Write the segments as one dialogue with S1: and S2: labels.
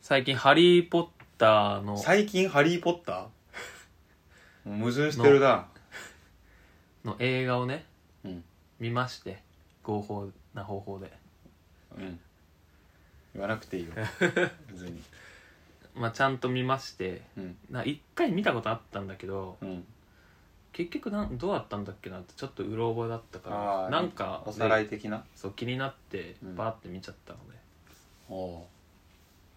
S1: 最近「ハリー・ポッターの」
S2: 最近「ハリー・ポッター」 もう矛盾してるな
S1: の映画をね
S2: うん
S1: 見まして合法な方法で
S2: うん言わなくていい よ別に
S1: まあちゃんと見まして
S2: うん
S1: な1回見たことあったんだけど
S2: うん
S1: 結局なんどうだったんだっけなってちょっとうろ覚えだったか
S2: あー
S1: らなんか
S2: おさら
S1: で
S2: い的な
S1: そう気になって
S2: うん
S1: バーって見ちゃったので、
S2: おう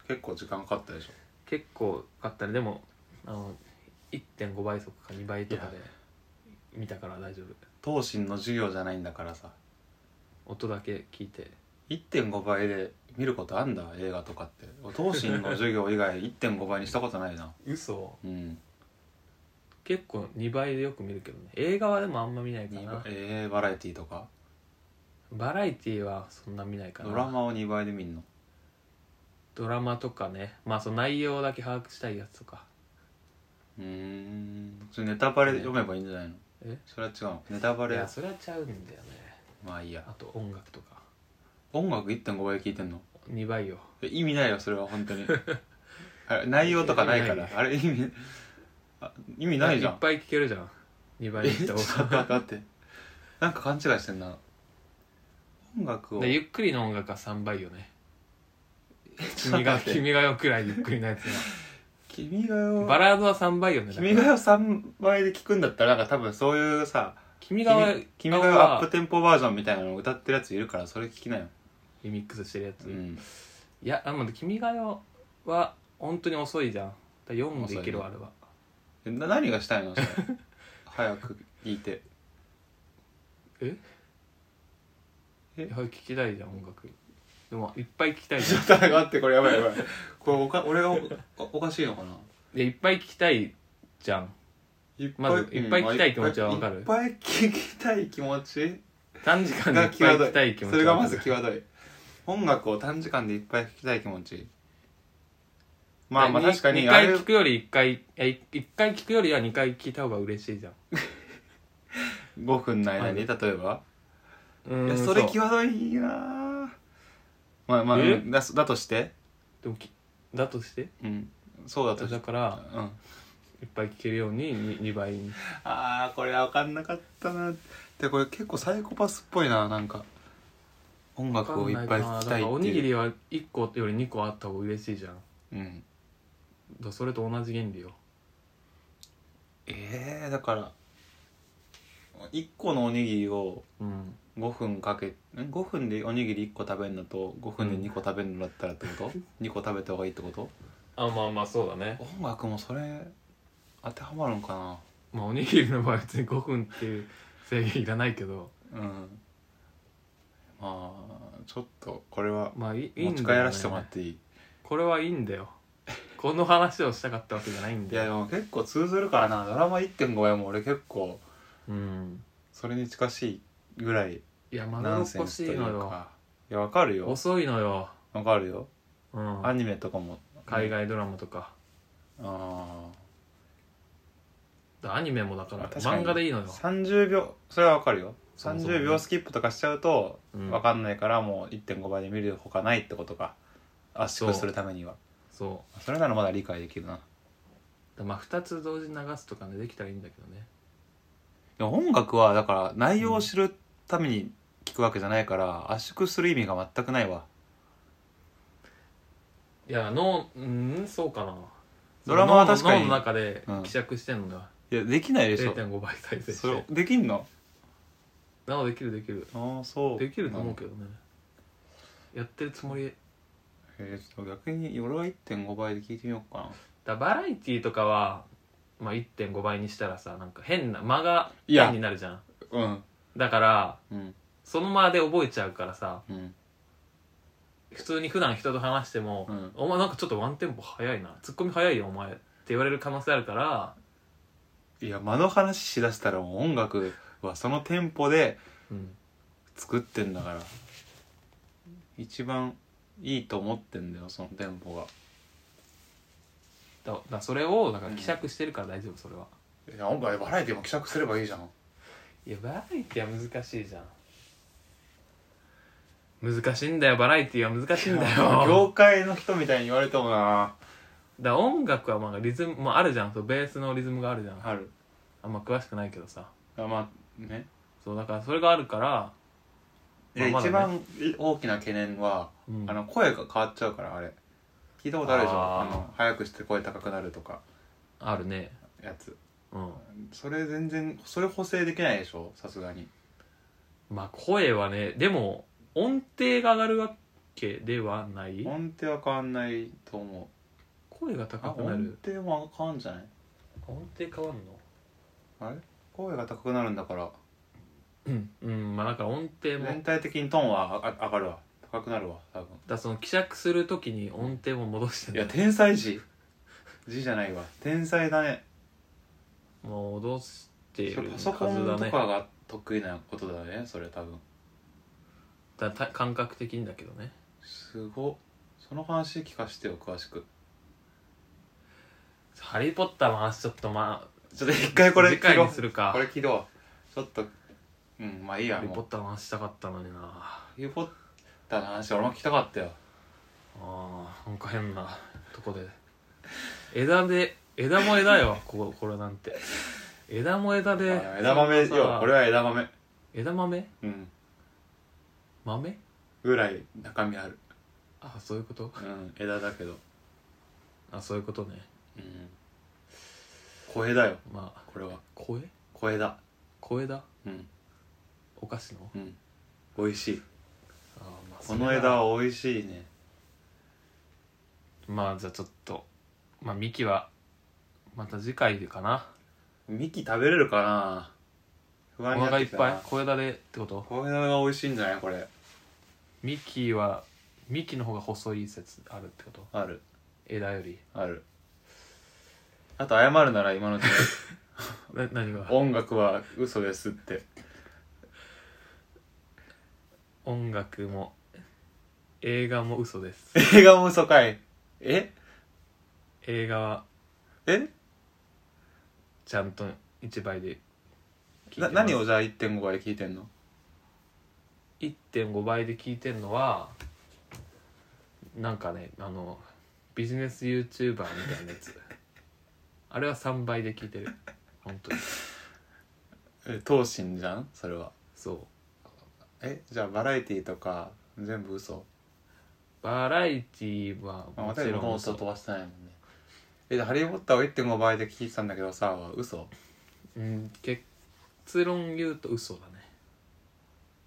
S2: 結構時間かかったでしょ
S1: 結構買ったねでもあの1.5倍速か2倍とかで見たから大丈夫
S2: 当心の授業じゃないんだからさ
S1: 音だけ聞いて
S2: 1.5倍で見ることあんだ映画とかって当心の授業以外1.5倍にしたことないな
S1: 嘘
S2: うん
S1: 結構2倍でよく見るけどね映画はでもあんま見ないか
S2: 2
S1: な
S2: 倍えー、バラエティとか
S1: バラエティはそんな見ないかな
S2: ドラマを2倍で見んの
S1: ドラマとかねまあその内容だけ把握したいやつとか
S2: うーんそれネタバレ読めばいいんじゃないの
S1: え
S2: それは違うのネタバ
S1: い
S2: レ
S1: やそれはちゃうんだよね
S2: まあいいや
S1: あと音楽とか
S2: 音楽1.5倍で聞いてんの
S1: 2倍よ
S2: え意味ないよそれは本 当にあれ内容とかないか
S1: 意味な
S2: ら
S1: い
S2: あれ意味あ意味ないじゃ
S1: いっ
S2: ん
S1: ぱい聞けるじゃん2倍
S2: え
S1: に
S2: ち
S1: し
S2: ょ
S1: た
S2: っと待
S1: 方
S2: って
S1: が
S2: 待ってなんか勘違いしてんな音楽を
S1: でゆっくりの音楽は3倍よね
S2: ちょっ
S1: 君
S2: と
S1: が
S2: 待って
S1: 君が代くらいゆっくりなやつが
S2: 君が代
S1: バラードは3倍よねだから
S2: 君が代3倍で聞くんだったらなんか多分そういうさ
S1: 君
S2: 君
S1: が
S2: が
S1: 代
S2: 代君が代アップテンポバージョンみたいなのを歌ってるやついるからそれ聞きなよ
S1: リミックスしてるやつ、
S2: う
S1: い
S2: ん
S1: やあの君が代は本当に遅いじゃんだから4もできるわあれは
S2: えな何がしたいのそれ早く聞いて
S1: え
S2: え
S1: いや聞きたいじゃん音楽でもいっぱい聞きたいじ
S2: ち
S1: ゃん
S2: ょっと待ってこれやばいやばいこれおか俺がおおかしいのかない
S1: やいっぱい聞きたいじ ゃん
S2: いっ
S1: まずいっぱい聞きたい気持ちはわかる
S2: いっぱい聞きたい気持ち
S1: 短時間でい
S2: が
S1: っぱ
S2: 際
S1: い聞きた
S2: ど
S1: い
S2: い
S1: 気持ち
S2: それが
S1: わか
S2: ま
S1: る
S2: ず際どい音楽を短時間でいっぱい聞きたい気持ちまあまあ
S1: に
S2: 確か
S1: 二
S2: にあ
S1: 回
S2: れ
S1: 聞くより一回えい一回聞くよりは二回聞いた方が嬉しいじゃん
S2: 5分の間に例えば
S1: う
S2: い
S1: ー
S2: や
S1: ん
S2: それ
S1: う
S2: 際どいなまあまあ
S1: え
S2: うんだだとして
S1: でもきだとして
S2: うんそうだとして
S1: だから
S2: うん
S1: いっぱい聞けるようにに二倍に
S2: あーこれは分かんなかったなでこれ結構サイコパスっぽいななんか音楽をいっぱい聞きたい
S1: だからお
S2: って
S1: にぎ
S2: いう
S1: りは1個より2個あった方が嬉しいじゃんだか
S2: うん
S1: らそれと同じ原理よ
S2: えー、だから1個のおにぎりを
S1: うん
S2: 5分かけん5分でおにぎり1個食べるのと5分で2個食べるのだったらってこと、2個食べた方がいいってこと
S1: あまあまあそうだね
S2: 音楽もそれ当てはまるのか
S1: まあおにぎりの場合は別に5分っていう制限いらないけど
S2: なうんまあちょっとこれは
S1: まあいいいい
S2: 持
S1: んだ
S2: ち
S1: よ、
S2: 帰らせてもらっていい
S1: これはいいんだよこの話をしたかったわけじゃないん
S2: い
S1: だ
S2: やで
S1: よ
S2: も結構通ずるからなドラマ1.5倍も俺結構
S1: うん
S2: それに近しいぐらい
S1: いやまだ
S2: ナ
S1: ろ
S2: ン
S1: っ
S2: セン
S1: こ
S2: スと
S1: しい
S2: いう
S1: のよ
S2: かいやわかるよ
S1: 遅いのよ、
S2: わかるよ
S1: うん、
S2: アニメとかも
S1: 海外ドラマとか
S2: あ
S1: だアニメもだ
S2: あ
S1: から漫画でいいのよ
S2: 30秒それはわかるよ
S1: そもそもね
S2: 30秒スキップとかしちゃうと
S1: うん
S2: わかんないからもう1.5倍で見るほかないってことか圧縮するためには
S1: そ
S2: それならまだ理解できるな
S1: うだまあ2つ同時に流すとかねできたらいいんだけどね
S2: でも音楽はだから内容を知るために聞くわけじゃないから圧縮する意味が全くないわ
S1: いや脳うんそうかな
S2: ドラマは確かに
S1: 脳の脳の中で
S2: うん
S1: 希釈してんのが
S2: いやできないでしょ
S1: 0.5倍再生し
S2: それ
S1: て
S2: できんの
S1: なおできるできる
S2: ああそう
S1: できると思う
S2: ど、
S1: けどねやってるつもり
S2: えーちょっと逆に俺は1.5倍で聞いてみようかな
S1: だバラエティーとかは、まあ、1.5倍にしたらさなんか変な間が
S2: いや
S1: 変になるじゃん
S2: うん
S1: だから
S2: うん
S1: その間で覚えちゃうからさ
S2: うん
S1: 普通に普段人と話しても「
S2: うん
S1: お前なんかちょっとワンテンポ早いなツッコミ早いよお前」って言われる可能性あるから、
S2: いや間の話しだしたらもう音楽はそのテンポで
S1: うん、
S2: 作ってんだから一番いいと思ってんだよそのテンポが
S1: だだそれをだから希釈してるから大丈夫それは、
S2: いや音楽バラエティも希釈すればいいじゃん
S1: いやバラエティーは難しいじゃん難しいんだよバラエティーは難しいんだ よ
S2: 業界の人みたいに言われてもな
S1: だから音楽はまあリズム、まあ、あるじゃんそうベースのリズムがあるじゃん
S2: ある
S1: あんま詳しくないけどさ
S2: あまあね
S1: そうだからそれがあるから、
S2: で
S1: まあまだね
S2: 一番大きな懸念は、
S1: うん
S2: あの声が変わっちゃうからあれ聞いたことあるでしょ
S1: あ
S2: あ
S1: ー
S2: の早くして声高くなるとか
S1: あるね
S2: やつ
S1: うん
S2: それ全然それ補正できないでしょさすがに
S1: まあ声はねでも音程が上がるわけではない
S2: 音程は変わんないと思
S1: 声が
S2: うあ
S1: 高くな
S2: 音
S1: る
S2: 程も変わんじゃない
S1: 音程変わんの
S2: あれ声が高くなるんだから
S1: うん、うん、まあだから音程もだ
S2: 全
S1: か
S2: 体的にトーンはああ上がるわ高くなるわ多分
S1: らその希釈するときに音程も戻して
S2: い
S1: ね
S2: や天才児字じゃないわ天才だね
S1: もう戻してい
S2: それ
S1: る
S2: パ
S1: はず
S2: ソコン
S1: だ
S2: と
S1: ね
S2: かが得意なことだねそれ多分
S1: だた感覚的にだけどね
S2: すごっその話聞かせてよ詳しく
S1: 「ハリー・ポッター」の話ちょっとまあ
S2: ちょっと一回これ
S1: 次
S2: 切
S1: 回
S2: ろう
S1: にするか
S2: これ切ろうちょっとうんまあいいや
S1: ハリー・ポッ
S2: も
S1: ターの話したかったのになあ
S2: うハリーポッターの話俺も聞きたかったよ
S1: ーなんか変なとこで枝で枝も枝よ こここれなんて枝も枝で
S2: あ枝豆
S1: そんなさ
S2: よ俺は枝豆
S1: 枝豆
S2: うん
S1: 豆
S2: ぐらい中身ある
S1: あそういうこと
S2: うん枝だけど
S1: あそういうことね
S2: うん小枝よ
S1: まあ
S2: これは
S1: 声
S2: 小枝
S1: 小枝
S2: うん
S1: お菓子の
S2: うん美味しい
S1: あーまあ
S2: こ
S1: そ
S2: の
S1: れは
S2: 枝は美味しいね
S1: まあじゃあちょっとまあミキはまた次回でかな
S2: 幹食べれるかな不
S1: お
S2: 安にな
S1: 腹
S2: っ
S1: いっ
S2: てきたな
S1: ぱい小枝でってこと
S2: 小枝が美味しいんじゃないこれ
S1: ミキはミキの方が細い説あるってこと
S2: ある
S1: 枝より
S2: あるあと謝るなら今 のうちに
S1: な何が
S2: 音楽は嘘ですって
S1: 音楽も映画も嘘です
S2: 映画も嘘かいえ
S1: 映画は
S2: え
S1: ちゃんと1倍で聞いてま
S2: な
S1: す
S2: 何をじゃあ1.5倍聞いてんの
S1: 1.5倍で聞いてるのはなんかねあのビジネス YouTuber みたいなやつあれは3倍で聞いてる本当に
S2: え当心じゃんそれは
S1: そう
S2: えじゃあバラエティとか全部嘘
S1: バラエティーは
S2: まあ
S1: も
S2: 私
S1: ち
S2: も
S1: ろん
S2: も
S1: 嘘
S2: 飛ばしてないもんねえじゃあハリー・ポッターを1.5倍で聞いてたんだけどさ嘘
S1: うん結論言うと嘘だね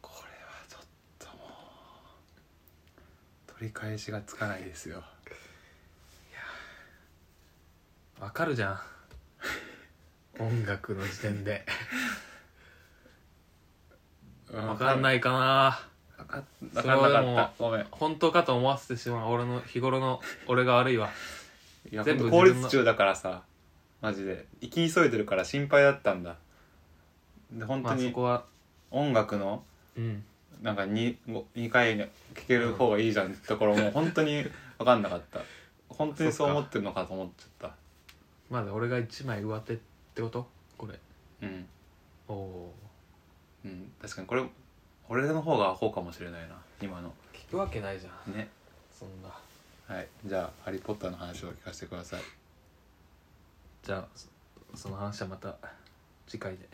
S2: これはちょっともう取り返しがつかないですよ
S1: わかるじ ゃん音楽の時点でわかん
S2: い
S1: ないかな
S2: 分かん
S1: そ
S2: な
S1: れはでも
S2: かったごめん
S1: 本当かと思わせてしまう俺の日頃の俺が悪いわ
S2: いや
S1: 全部
S2: ほんと効
S1: 自分
S2: 率
S1: の
S2: 中だからさマジで行き急いでるから心配だったんだで本
S1: ま
S2: 当
S1: あそ
S2: に
S1: こは
S2: 音楽の
S1: うん
S2: なんか 2, 2回聴ける方がいいじゃんってところも本当に分かんなかった本当にそう思ってるのかと思っちゃっ
S1: まだ俺が一枚上手ってことこれ
S2: たうん、
S1: おお
S2: うん、確かにこれ俺の方がアホかもしれないな今の
S1: ー聞くわけないじゃん
S2: ね
S1: そんな
S2: はい、じゃあ「ハリー・ポッター」の話を聞かせてください。
S1: じゃあそその話はまた次回で。